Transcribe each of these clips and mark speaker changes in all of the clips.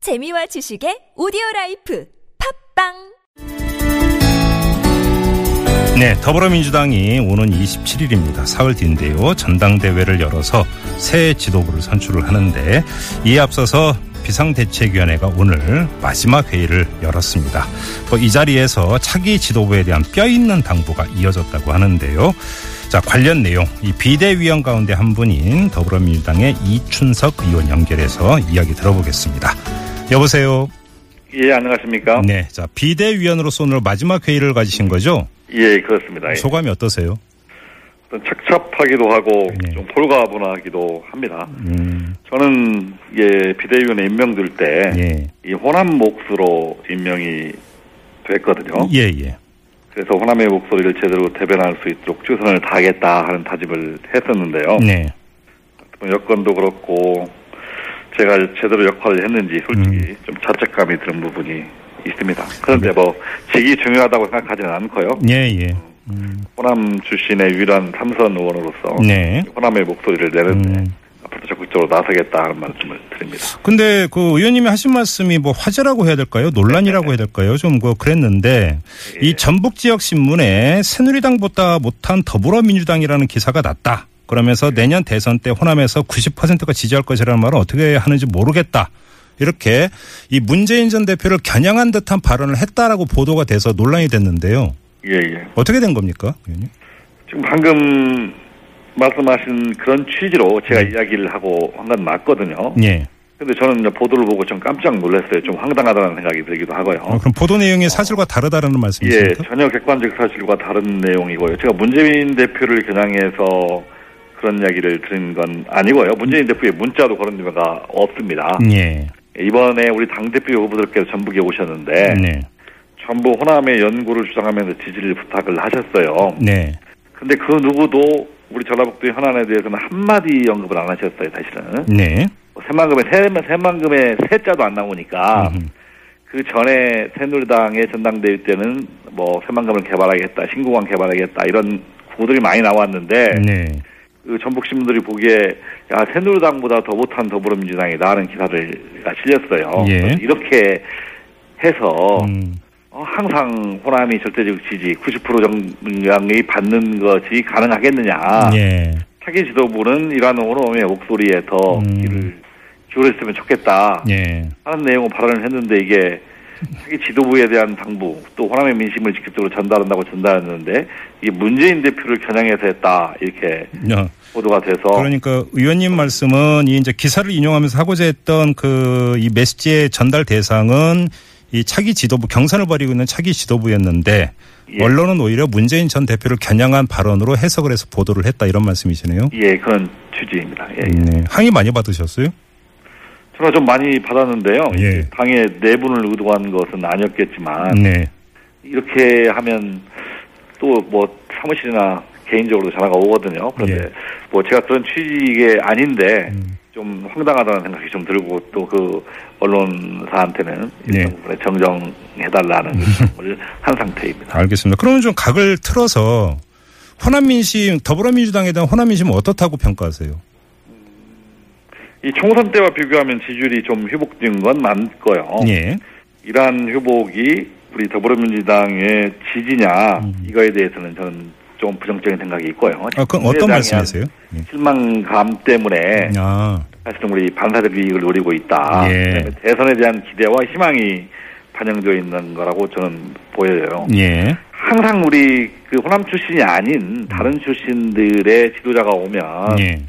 Speaker 1: 재미와 지식의 오디오 라이프 팝빵
Speaker 2: 네, 더불어민주당이 오는 27일입니다. 사흘 뒤인데요. 전당대회를 열어서 새 지도부를 선출을 하는데 이에 앞서서 비상대책위원회가 오늘 마지막 회의를 열었습니다. 또 이 자리에서 차기 지도부에 대한 뼈 있는 당부가 이어졌다고 하는데요. 자, 관련 내용 이 비대위원 가운데 한 분인 더불어민주당의 이춘석 의원 연결해서 이야기 들어보겠습니다. 여보세요.
Speaker 3: 예, 안녕하십니까?
Speaker 2: 네, 자 비대위원으로서 오늘 마지막 회의를 가지신 거죠?
Speaker 3: 예, 그렇습니다. 예.
Speaker 2: 소감이 어떠세요?
Speaker 3: 어떤 착잡하기도 하고
Speaker 2: 네.
Speaker 3: 좀 홀가분하기도 합니다.
Speaker 2: 음,
Speaker 3: 저는 예, 비대위원회 임명될 때 이
Speaker 2: 예.
Speaker 3: 호남 몫으로 임명이 됐거든요.
Speaker 2: 예, 예.
Speaker 3: 그래서 호남의 목소리를 제대로 대변할 수 있도록 최선을 다하겠다 하는 다짐을 했었는데요. 뭐
Speaker 2: 네.
Speaker 3: 여건도 그렇고 제가 제대로 역할을 했는지 솔직히
Speaker 2: 음.
Speaker 3: 좀 자책감이 드는 부분이 있습니다.
Speaker 2: 네.
Speaker 3: 그런데 뭐 직이 중요하다고 생각하지는 않고요.
Speaker 2: 예, 예.
Speaker 3: 호남 출신의 유일한 삼선 의원으로서
Speaker 2: 네.
Speaker 3: 호남의 목소리를 내는데
Speaker 2: 음.
Speaker 3: 앞으로 적극적으로 나서겠다 하는 말씀을 드립니다.
Speaker 2: 근데 그 의원님이 하신 말씀이 뭐 화제라고 해야 될까요? 논란이라고 해야 될까요? 좀 그 그랬는데 이 전북 지역 신문에 새누리당보다 못한 더불어민주당이라는 기사가 났다. 그러면서 내년 대선 때 호남에서 90%가 지지할 것이라는 말은 어떻게 하는지 모르겠다. 이렇게 이 문재인 전 대표를 겨냥한 듯한 발언을 했다라고 보도가 돼서 논란이 됐는데요.
Speaker 3: 예, 예.
Speaker 2: 어떻게 된 겁니까, 의원님?
Speaker 3: 지금 방금 말씀하신 그런 취지로 제가
Speaker 2: 음.
Speaker 3: 이야기를 하고 한 건 맞거든요.
Speaker 2: 예.
Speaker 3: 근데 저는 이제 보도를 보고 좀 깜짝 놀랐어요. 좀 황당하다는 생각이 들기도 하고요.
Speaker 2: 어, 그럼 보도 내용이 사실과 다르다라는
Speaker 3: 예,
Speaker 2: 말씀이십니까?
Speaker 3: 전혀 객관적 사실과 다른 내용이고요. 제가 문재인 대표를 겨냥해서 그런 이야기를 드린 건 아니고요. 문재인 대표의 문자도 그런 의미가 없습니다.
Speaker 2: 예.
Speaker 3: 이번에 우리 당대표 후보들께서 전북에 오셨는데
Speaker 2: 네.
Speaker 3: 전부 호남의 연구를 주장하면서 지지를 부탁을 하셨어요.
Speaker 2: 네.
Speaker 3: 근데 그 누구도 우리 전라북도 현안에 대해서는 한마디 언급을 안 하셨어요, 사실은.
Speaker 2: 네.
Speaker 3: 새만금에, 새, 새만금에 새자도 안 나오니까
Speaker 2: 음.
Speaker 3: 그 전에 새누리당의 전당대회 때는 뭐 새만금을 개발하겠다, 신공항 개발하겠다 이런 구호들이 많이 나왔는데
Speaker 2: 네.
Speaker 3: 그 전북 신문들이 보기에 야 새누리당보다 더 못한 더불어민주당이다 하는 기사를 실렸어요.
Speaker 2: 예.
Speaker 3: 그래서 이렇게 해서
Speaker 2: 음.
Speaker 3: 어, 항상 호남이 절대적 지지 90% 정량이 받는 것이 가능하겠느냐.
Speaker 2: 예.
Speaker 3: 차기 지도부는 이러한 호남의 목소리에 더
Speaker 2: 음.
Speaker 3: 귀를 기울였으면 좋겠다.
Speaker 2: 예.
Speaker 3: 하는 내용을 발언을 했는데 이게 차기 지도부에 대한 당부 또 호남의 민심을 직접적으로 전달한다고 전달했는데 이게 문재인 대표를 겨냥해서 했다 이렇게
Speaker 2: 야,
Speaker 3: 보도가 돼서
Speaker 2: 네. 그러니까 의원님 말씀은 이 이제 기사를 인용하면서 하고자 했던 그 이 메시지의 전달 대상은 이 차기 지도부 경선을 벌이고 있는 차기 지도부였는데
Speaker 3: 예.
Speaker 2: 언론은 오히려 문재인 전 대표를 겨냥한 발언으로 해석을 해서 보도를 했다 이런 말씀이시네요.
Speaker 3: 예 그런 취지입니다. 예.
Speaker 2: 네. 항의 많이 받으셨어요?
Speaker 3: 전화 좀 많이 받았는데요.
Speaker 2: 예.
Speaker 3: 당의 내분을 의도한 것은 아니었겠지만
Speaker 2: 네.
Speaker 3: 이렇게 하면 또 뭐 사무실이나 개인적으로 전화가 오거든요. 그런데
Speaker 2: 예. 음.
Speaker 3: 뭐 제가 그런 취지게 아닌데 좀 황당하다는 생각이 좀 들고 또 그 언론사한테는
Speaker 2: 네. 음.
Speaker 3: 일정 부분에 정정해달라는 요청을 한 상태입니다.
Speaker 2: 알겠습니다. 그러면 좀 각을 틀어서 호남 민심 더불어민주당에 대한 호남 민심은 어떻다고 평가하세요?
Speaker 3: 이 총선 때와 비교하면 지지율이 좀 회복된 건 맞고요.
Speaker 2: 예.
Speaker 3: 이러한 회복이 우리 더불어민주당의 지지냐 이거에 대해서는 저는 좀 부정적인 생각이 있고요.
Speaker 2: 음. 아, 그건 어떤 말씀이세요? 예.
Speaker 3: 실망감 때문에
Speaker 2: 아,
Speaker 3: 사실은 우리 반사적 이익을 노리고 있다.
Speaker 2: 예.
Speaker 3: 그다음에 대선에 대한 기대와 희망이 반영되어 있는 거라고 저는 보여요.
Speaker 2: 예.
Speaker 3: 항상 우리 그 호남 출신이 아닌 다른 출신들의 지도자가 오면
Speaker 2: 예.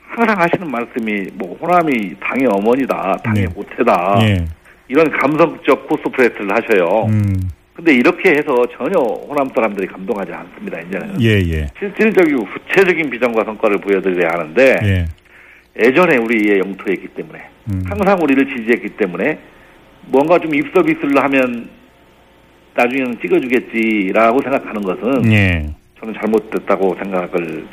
Speaker 3: 항상 하시는 말씀이 뭐 호남이 당의 어머니다, 당의
Speaker 2: 네.
Speaker 3: 모태다
Speaker 2: 예.
Speaker 3: 이런 감성적 코스프레트를 하셔요.
Speaker 2: 음.
Speaker 3: 근데 이렇게 해서 전혀 호남 사람들이 감동하지 않습니다. 이제는
Speaker 2: 예, 예.
Speaker 3: 실질적이고 구체적인 비전과 성과를 보여드려야 하는데
Speaker 2: 예.
Speaker 3: 예전에 우리의 영토였기 때문에
Speaker 2: 음.
Speaker 3: 항상 우리를 지지했기 때문에 뭔가 좀 입서비스를 하면 나중에는 찍어주겠지라고 생각하는 것은
Speaker 2: 예.
Speaker 3: 저는 잘못됐다고 생각을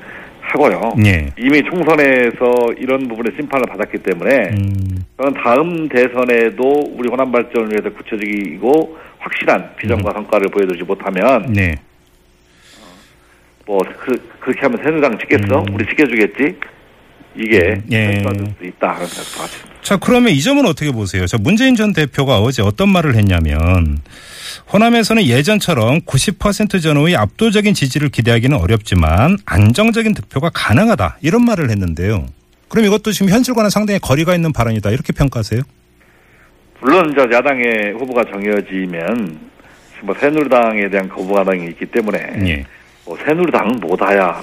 Speaker 3: 하고요.
Speaker 2: 예.
Speaker 3: 이미 총선에서 이런 부분에 심판을 받았기 때문에
Speaker 2: 음.
Speaker 3: 저는 다음 대선에도 우리 호남 발전을 위해서 구체적이고 확실한
Speaker 2: 음.
Speaker 3: 비전과 성과를 보여주지 못하면
Speaker 2: 네.
Speaker 3: 뭐 그, 렇게 하면 새누리당 찍겠어? 우리 찍어주겠지? 이게
Speaker 2: 음. 예.
Speaker 3: 발표받을 수 있다 하는 생각도 같습니다.
Speaker 2: 자, 그러면 이 점은 어떻게 보세요? 자, 문재인 전 대표가 어제 어떤 말을 했냐면 호남에서는 예전처럼 90% 전후의 압도적인 지지를 기대하기는 어렵지만 안정적인 득표가 가능하다. 이런 말을 했는데요. 그럼 이것도 지금 현실과는 상당히 거리가 있는 발언이다. 이렇게 평가하세요?
Speaker 3: 물론 이제 야당의 후보가 정해지면 뭐 새누리당에 대한 거부가당이 있기 때문에
Speaker 2: 예.
Speaker 3: 뭐 새누리당은 못하야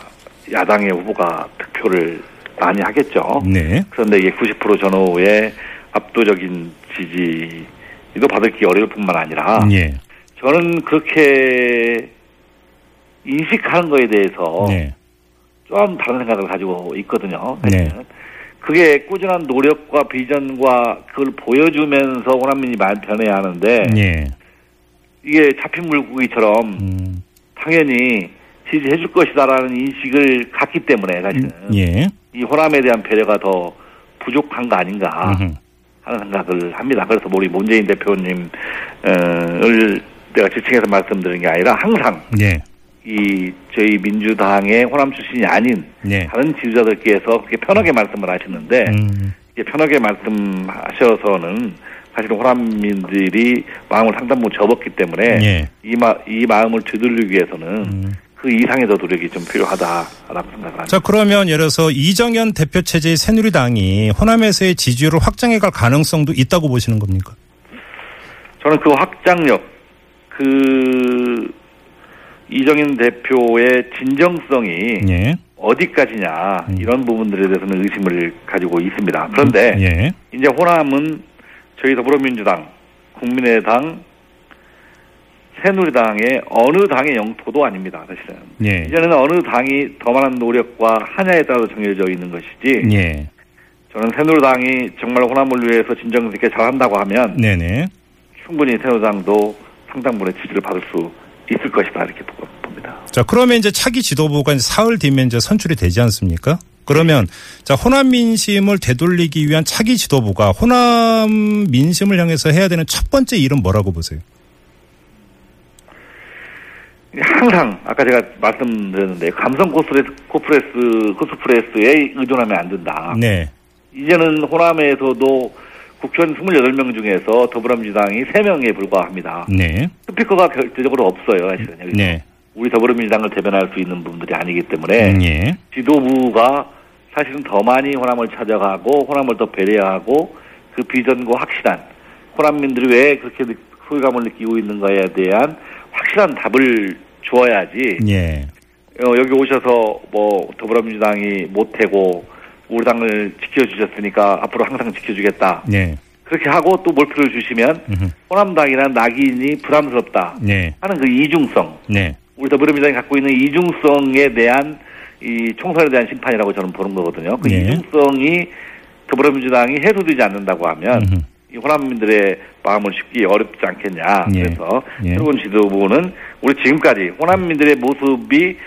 Speaker 3: 야당의 후보가 득표를 많이 하겠죠.
Speaker 2: 네.
Speaker 3: 그런데 이게 90% 전후의 압도적인 지지도 받을기 어려울 뿐만 아니라
Speaker 2: 예.
Speaker 3: 저는 그렇게 인식하는 거에 대해서
Speaker 2: 네.
Speaker 3: 좀 다른 생각을 가지고 있거든요.
Speaker 2: 네.
Speaker 3: 사실은. 그게 꾸준한 노력과 비전과 그걸 보여주면서 호남민이 많이 변해야 하는데
Speaker 2: 예.
Speaker 3: 이게 잡힌 물고기처럼
Speaker 2: 음,
Speaker 3: 당연히 지지해줄 것이다라는 인식을 갖기 때문에 사실은
Speaker 2: 예.
Speaker 3: 이 호남에 대한 배려가 더 부족한 거 아닌가
Speaker 2: 음흠.
Speaker 3: 하는 생각을 합니다. 그래서 우리 문재인 어, 대표님을 내가 지칭해서 말씀드리는 게 아니라 항상
Speaker 2: 예.
Speaker 3: 이 저희 민주당의 호남 출신이 아닌
Speaker 2: 예.
Speaker 3: 다른 지지자들께서 그렇게 편하게 말씀을 하시는데
Speaker 2: 음,
Speaker 3: 이게 편하게 말씀하셔서는 사실 호남민들이 마음을 상당 부분 접었기 때문에
Speaker 2: 예. 음.
Speaker 3: 이, 마, 이 마음을 되돌리기 위해서는 그 이상의 더 노력이 좀 필요하다라고 생각을 합니다.
Speaker 2: 자, 그러면 예를 들어서 이정현 대표 체제의 새누리당이 호남에서의 지지율을 확장해 갈 가능성도 있다고 보시는 겁니까?
Speaker 3: 저는 그 확장력, 그 이정인 대표의 진정성이
Speaker 2: 예. 음.
Speaker 3: 어디까지냐 이런 부분들에 대해서는 의심을 가지고 있습니다. 그런데
Speaker 2: 예.
Speaker 3: 이제 호남은 저희 더불어민주당, 국민의당, 새누리당의 어느 당의 영토도 아닙니다. 사실은
Speaker 2: 예.
Speaker 3: 이전에는 어느 당이 더 많은 노력과 한야에 따라 정해져 있는 것이지
Speaker 2: 예.
Speaker 3: 저는 새누리당이 정말 호남을 위해서 진정성 있게 잘한다고 하면
Speaker 2: 네네.
Speaker 3: 충분히 새누리당도 상당 부분의 지지를 받을 수 있을 것이다 이렇게 보- 봅니다.
Speaker 2: 자, 그러면 이제 차기 지도부가 이제 사흘 뒤면 이제 선출이 되지 않습니까? 그러면 자, 호남 민심을 되돌리기 위한 차기 지도부가 호남 민심을 향해서 해야 되는 첫 번째 일은 뭐라고 보세요?
Speaker 3: 항상 아까 제가 말씀드렸는데 감성 코스프레스, 코프레스, 코스프레스에 의존하면 안 된다.
Speaker 2: 네.
Speaker 3: 이제는 호남에서도 국회의원 28명 중에서 더불어민주당이 3명에 불과합니다.
Speaker 2: 네.
Speaker 3: 스피커가 결대적으로 없어요. 사실은. 여기서.
Speaker 2: 네.
Speaker 3: 우리 더불어민주당을 대변할 수 있는 분들이 아니기 때문에
Speaker 2: 음, 예.
Speaker 3: 지도부가 사실은 더 많이 호남을 찾아가고 호남을 더 배려하고 그 비전과 확실한 호남민들이 왜 그렇게 느- 소외감을 느끼고 있는가에 대한 확실한 답을 주어야지
Speaker 2: 예.
Speaker 3: 어, 여기 오셔서 뭐 더불어민주당이 못되고 우리 당을 지켜주셨으니까 앞으로 항상 지켜주겠다
Speaker 2: 네.
Speaker 3: 그렇게 하고 또 몰표를 주시면
Speaker 2: 음흠.
Speaker 3: 호남당이란 낙인이 부담스럽다
Speaker 2: 네.
Speaker 3: 하는 그 이중성
Speaker 2: 네.
Speaker 3: 우리 더불어민주당이 갖고 있는 이중성에 대한 이 총선에 대한 심판이라고 저는 보는 거거든요. 그
Speaker 2: 예.
Speaker 3: 이중성이 더불어민주당이 해소되지 않는다고 하면
Speaker 2: 음흠.
Speaker 3: 이 호남민들의 마음을 쉽기 어렵지 않겠냐.
Speaker 2: 예.
Speaker 3: 그래서
Speaker 2: 예.
Speaker 3: 새로운 지도부는 우리 지금까지 호남민들의 모습이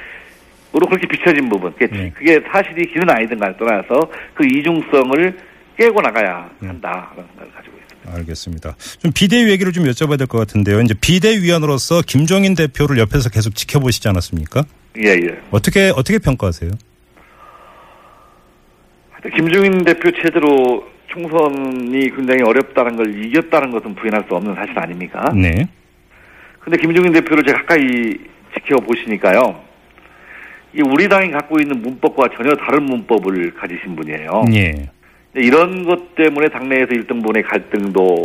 Speaker 3: 으로 그렇게 비춰진 부분, 그게,
Speaker 2: 예.
Speaker 3: 그게 사실이 기는 아니든 간에 떠나서 그 이중성을 깨고 나가야
Speaker 2: 네.
Speaker 3: 한다라는 생각을 가지고 있습니다.
Speaker 2: 알겠습니다. 좀 비대위 얘기를 좀 여쭤봐야 될 것 같은데요. 이제 비대위원으로서 김종인 대표를 옆에서 계속 지켜보시지 않았습니까?
Speaker 3: 예, 예.
Speaker 2: 어떻게 어떻게 평가하세요?
Speaker 3: 김종인 대표 체제로 총선이 굉장히 어렵다는 걸 이겼다는 것은 부인할 수 없는 사실 아닙니까?
Speaker 2: 네.
Speaker 3: 근데 김종인 대표를 제가 가까이 지켜보시니까요. 이 우리 당이 갖고 있는 문법과 전혀 다른 문법을 가지신 분이에요.
Speaker 2: 예.
Speaker 3: 근데 이런 것 때문에 당내에서 일등분의 갈등도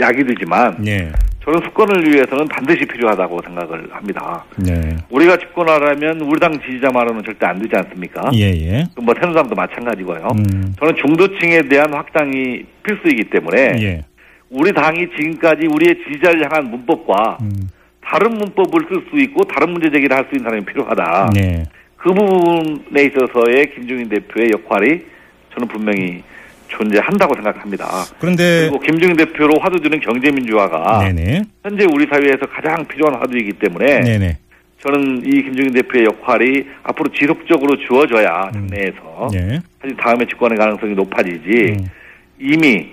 Speaker 3: 약이 되지만
Speaker 2: 예.
Speaker 3: 저는 수권을 위해서는 반드시 필요하다고 생각을 합니다.
Speaker 2: 네.
Speaker 3: 우리가 집권하려면 우리 당 지지자 말로는 절대 안 되지 않습니까?
Speaker 2: 예, 예.
Speaker 3: 그뭐 새누리당도 마찬가지고요.
Speaker 2: 음.
Speaker 3: 저는 중도층에 대한 확장이 필수이기 때문에
Speaker 2: 예.
Speaker 3: 우리 당이 지금까지 우리의 지지자를 향한 문법과
Speaker 2: 음.
Speaker 3: 다른 문법을 쓸 수 있고 다른 문제 제기를 할 수 있는 사람이 필요하다.
Speaker 2: 예.
Speaker 3: 그 부분에 있어서의 김종인 대표의 역할이 저는 분명히 존재한다고 생각합니다.
Speaker 2: 그런데
Speaker 3: 그리고 아, 김종인 대표로 화두드는 경제민주화가
Speaker 2: 네. 네네.
Speaker 3: 현재 우리 사회에서 가장 필요한 화두이기 때문에
Speaker 2: 네네.
Speaker 3: 저는 이 김종인 대표의 역할이 앞으로 지속적으로
Speaker 2: 음.
Speaker 3: 주어져야 당내에서
Speaker 2: 예.
Speaker 3: 사실 다음에 집권의 가능성이 높아지지
Speaker 2: 음.
Speaker 3: 이미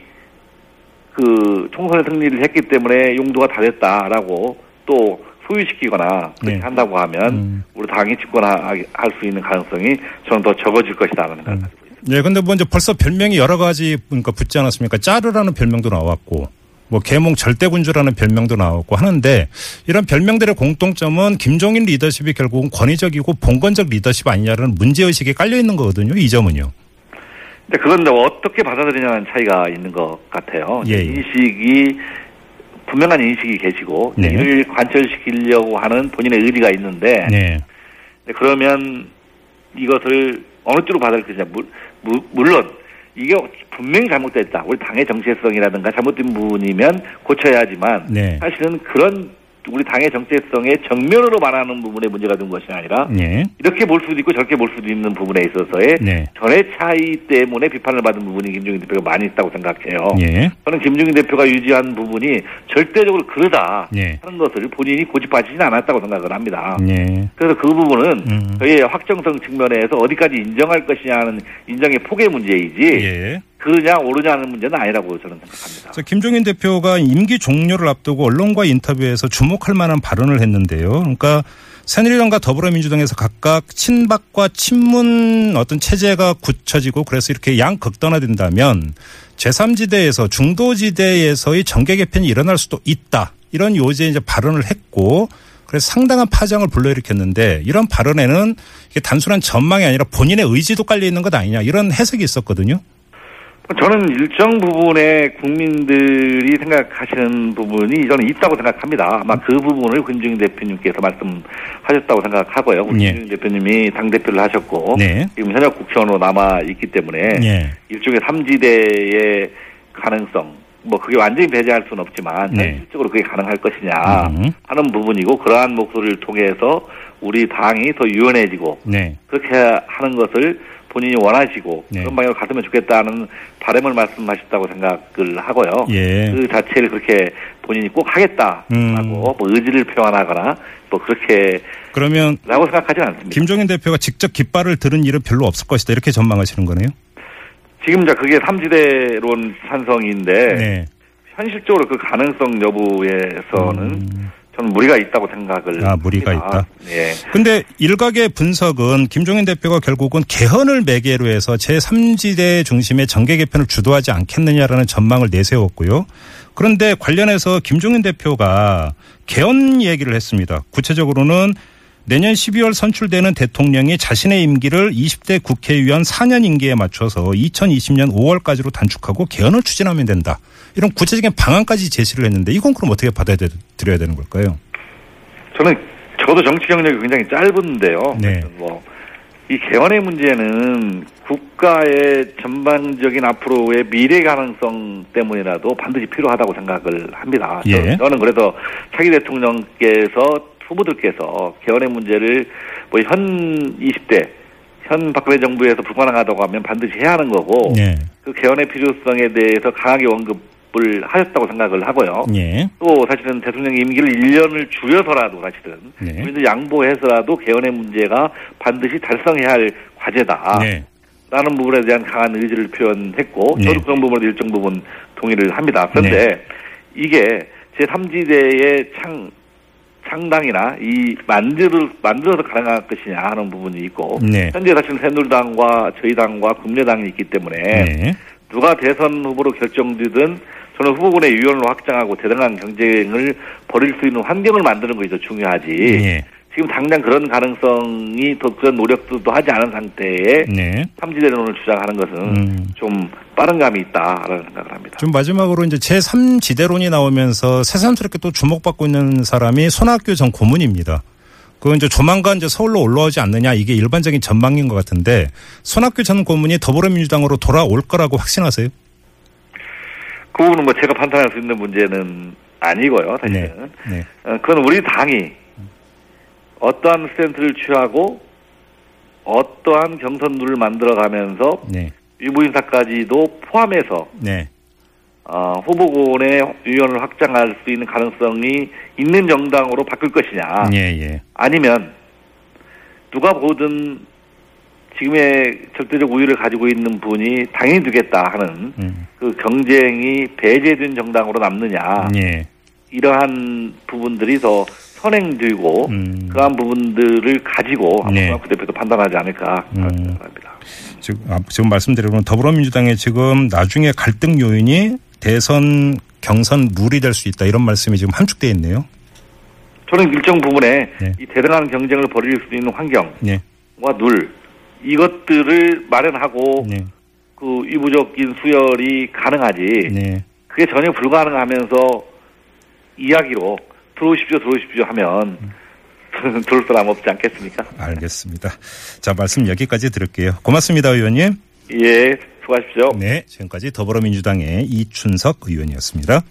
Speaker 3: 그 총선의 승리를 했기 때문에 용도가 다 됐다라고 또 소유시키거나 그렇게
Speaker 2: 네.
Speaker 3: 한다고 하면 우리 당이 집권할 수 있는 가능성이 저는 더 적어질 것이다라는 생각을 가지고 있습니다.
Speaker 2: 예, 근데 뭐 이제 벌써 별명이 여러 가지 그러니까 붙지 않았습니까? 짜르라는 별명도 나왔고 뭐 개몽 절대군주라는 별명도 나왔고 하는데 이런 별명들의 공통점은 김종인 리더십이 결국은 권위적이고 봉건적 리더십 아니냐라는 문제 의식이 깔려 있는 거거든요. 이 점은요.
Speaker 3: 근데 그런데 어떻게 받아들이냐는 차이가 있는 것 같아요.
Speaker 2: 예, 예.
Speaker 3: 인식이 분명한 인식이 계시고
Speaker 2: 네.
Speaker 3: 이를 관철시키려고 하는 본인의 의리가 있는데
Speaker 2: 네.
Speaker 3: 네, 그러면 이것을 어느 쪽으로 받을 것이냐. 물, 물- 물론 이게 분명히 잘못됐다. 우리 당의 정체성이라든가 잘못된 부분이면 고쳐야 하지만
Speaker 2: 네.
Speaker 3: 사실은 그런 우리 당의 정체성에 정면으로 말하는 부분에 문제가 된 것이 아니라
Speaker 2: 네.
Speaker 3: 이렇게 볼 수도 있고 저렇게 볼 수도 있는 부분에 있어서의
Speaker 2: 네.
Speaker 3: 전의 차이 때문에 비판을 받은 부분이 김종인 대표가 많이 있다고 생각해요.
Speaker 2: 예.
Speaker 3: 저는 김종인 대표가 유지한 부분이 절대적으로 그러다
Speaker 2: 네.
Speaker 3: 하는 것을 본인이 고집하지는 않았다고 생각을 합니다.
Speaker 2: 예.
Speaker 3: 그래서 그 부분은
Speaker 2: 음.
Speaker 3: 저희의 확정성 측면에서 어디까지 인정할 것이냐는 인정의 폭의 문제이지
Speaker 2: 예.
Speaker 3: 그러냐 오르냐는 문제는 아니라고 저는 생각합니다.
Speaker 2: 자, 김종인 대표가 임기 종료를 앞두고 언론과 인터뷰에서 주목할 만한 발언을 했는데요. 그러니까 새누리당과 더불어민주당에서 각각 친박과 친문 어떤 체제가 굳혀지고 그래서 이렇게 양극단화된다면 제3지대에서 중도지대에서의 정계 개편이 일어날 수도 있다. 이런 요지에 이제 발언을 했고 그래서 상당한 파장을 불러일으켰는데 이런 발언에는 이게 단순한 전망이 아니라 본인의 의지도 깔려 있는 것 아니냐 이런 해석이 있었거든요.
Speaker 3: 저는 일정 부분의 국민들이 생각하시는 부분이 저는 있다고 생각합니다. 아마 그 부분을 김종인 대표님께서 말씀하셨다고 생각하고요. 우리
Speaker 2: 예.
Speaker 3: 김종인 대표님이 당 대표를 하셨고
Speaker 2: 네.
Speaker 3: 지금 현역 국회의원으로 남아 있기 때문에
Speaker 2: 예.
Speaker 3: 일종의 삼지대의 가능성 뭐 그게 완전히 배제할 수는 없지만
Speaker 2: 네.
Speaker 3: 현실적으로 그게 가능할 것이냐
Speaker 2: 음.
Speaker 3: 하는 부분이고 그러한 목소리를 통해서 우리 당이 더 유연해지고
Speaker 2: 네.
Speaker 3: 그렇게 하는 것을 본인이 원하시고
Speaker 2: 네.
Speaker 3: 그런 방향으로 갔으면 좋겠다는 바람을 말씀하셨다고 생각을 하고요.
Speaker 2: 예.
Speaker 3: 그 자체를 그렇게 본인이 꼭 하겠다라고
Speaker 2: 음.
Speaker 3: 뭐 의지를 표현하거나 뭐 그렇게라고
Speaker 2: 그러면
Speaker 3: 생각하지 않습니다.
Speaker 2: 김종인 대표가 직접 깃발을 들은 일은 별로 없을 것이다 이렇게 전망하시는 거네요.
Speaker 3: 지금 자 그게 삼지대론 찬성인데
Speaker 2: 네.
Speaker 3: 현실적으로 그 가능성 여부에서는 저는 무리가 있다고 생각을
Speaker 2: 음. 아, 무리가
Speaker 3: 합니다. 예.
Speaker 2: 근데 일각의 분석은 김종인 대표가 결국은 개헌을 매개로 해서 제3지대 중심의 정계 개편을 주도하지 않겠느냐라는 전망을 내세웠고요. 그런데 관련해서 김종인 대표가 개헌 얘기를 했습니다. 구체적으로는 내년 12월 선출되는 대통령이 자신의 임기를 20대 국회의원 4년 임기에 맞춰서 2020년 5월까지로 단축하고 개헌을 추진하면 된다. 이런 구체적인 방안까지 제시를 했는데 이건 그럼 어떻게 받아들여야 되는 걸까요?
Speaker 3: 저는 저도 정치 경력이 굉장히 짧은데요.
Speaker 2: 네.
Speaker 3: 뭐이 개헌의 문제는 국가의 전반적인 앞으로의 미래 가능성 때문이라도 반드시 필요하다고 생각을 합니다. 저-
Speaker 2: 예.
Speaker 3: 저는 그래서 차기 대통령께서 후보들께서 개헌의 문제를 뭐 현 20대 현 박근혜 정부에서 불가능하다고 하면 반드시 해야 하는 거고
Speaker 2: 네.
Speaker 3: 그 개헌의 필요성에 대해서 강하게 언급을 하셨다고 생각을 하고요.
Speaker 2: 예.
Speaker 3: 또 사실은 대통령 임기를 1년을 줄여서라도 사실은
Speaker 2: 네.
Speaker 3: 우리들 양보해서라도 개헌의 문제가 반드시 달성해야 할 과제다라는
Speaker 2: 네.
Speaker 3: 부분에 대한 강한 의지를 표현했고
Speaker 2: 네.
Speaker 3: 저도 그런 부분에 일정 부분 동의를 합니다. 그런데 이게 제 3지대의 창 창당이나 이 만들어 만들어서 가능할 것이냐 하는 부분이 있고
Speaker 2: 네.
Speaker 3: 현재 사실 새누리당과 저희 당과 국민의당이 있기 때문에
Speaker 2: 네.
Speaker 3: 누가 대선 후보로 결정되든 저는 후보군의 유연을 확장하고 대등한 경쟁을 벌일 수 있는 환경을 만드는 것이 더 중요하지.
Speaker 2: 예.
Speaker 3: 지금 당장 그런 가능성이 더 그런 노력도 하지 않은 상태에
Speaker 2: 네.
Speaker 3: 삼지대론을 주장하는 것은
Speaker 2: 음.
Speaker 3: 좀 빠른 감이 있다라는 생각을 합니다.
Speaker 2: 좀 마지막으로 이제 제3지대론이 나오면서 새삼스럽게 또 주목받고 있는 사람이 손학규 전 고문입니다. 그 이제 조만간 이제 서울로 올라오지 않느냐 이게 일반적인 전망인 것 같은데 손학규 전 고문이 더불어민주당으로 돌아올 거라고 확신하세요?
Speaker 3: 그 부분은 뭐 제가 판단할 수 있는 문제는 아니고요. 사실은
Speaker 2: 네.
Speaker 3: 어, 그건 우리 당이 어떠한 스탠스를 취하고 어떠한 경선 룰을 만들어가면서
Speaker 2: 네.
Speaker 3: 유부 인사까지도 포함해서
Speaker 2: 네.
Speaker 3: 어, 후보군의 위원을 확장할 수 있는 가능성이 있는 정당으로 바뀔 것이냐
Speaker 2: 예, 예.
Speaker 3: 아니면 누가 보든 지금의 절대적 우위를 가지고 있는 분이 당연히 두겠다 하는
Speaker 2: 음.
Speaker 3: 그 경쟁이 배제된 정당으로 남느냐
Speaker 2: 예.
Speaker 3: 이러한 부분들이 더 선행되고
Speaker 2: 음.
Speaker 3: 어, 그러한 부분들을 가지고 아마
Speaker 2: 네.
Speaker 3: 손학규 대표도 판단하지 않을까
Speaker 2: 음.
Speaker 3: 생각합니다.
Speaker 2: 지금, 아, 지금 말씀드린 건 더불어민주당의 지금 나중에 갈등 요인이 대선 경선 룰이 될 수 있다 이런 말씀이 지금 함축돼 있네요.
Speaker 3: 저는 일정 부분에
Speaker 2: 네.
Speaker 3: 이 대단한 경쟁을 벌일 수 있는 환경과
Speaker 2: 네.
Speaker 3: 룰 이것들을 마련하고
Speaker 2: 네.
Speaker 3: 그 이부적인 수혈이 가능하지
Speaker 2: 네.
Speaker 3: 그게 전혀 불가능하면서 이야기로 들어오십시오 들어오십시오 하면
Speaker 2: 음.
Speaker 3: 들을 사람 없지 않겠습니까?
Speaker 2: 알겠습니다. 자, 말씀 여기까지 들을게요. 고맙습니다, 의원님.
Speaker 3: 예, 수고하십시오.
Speaker 2: 네. 지금까지 더불어민주당의 이춘석 의원이었습니다.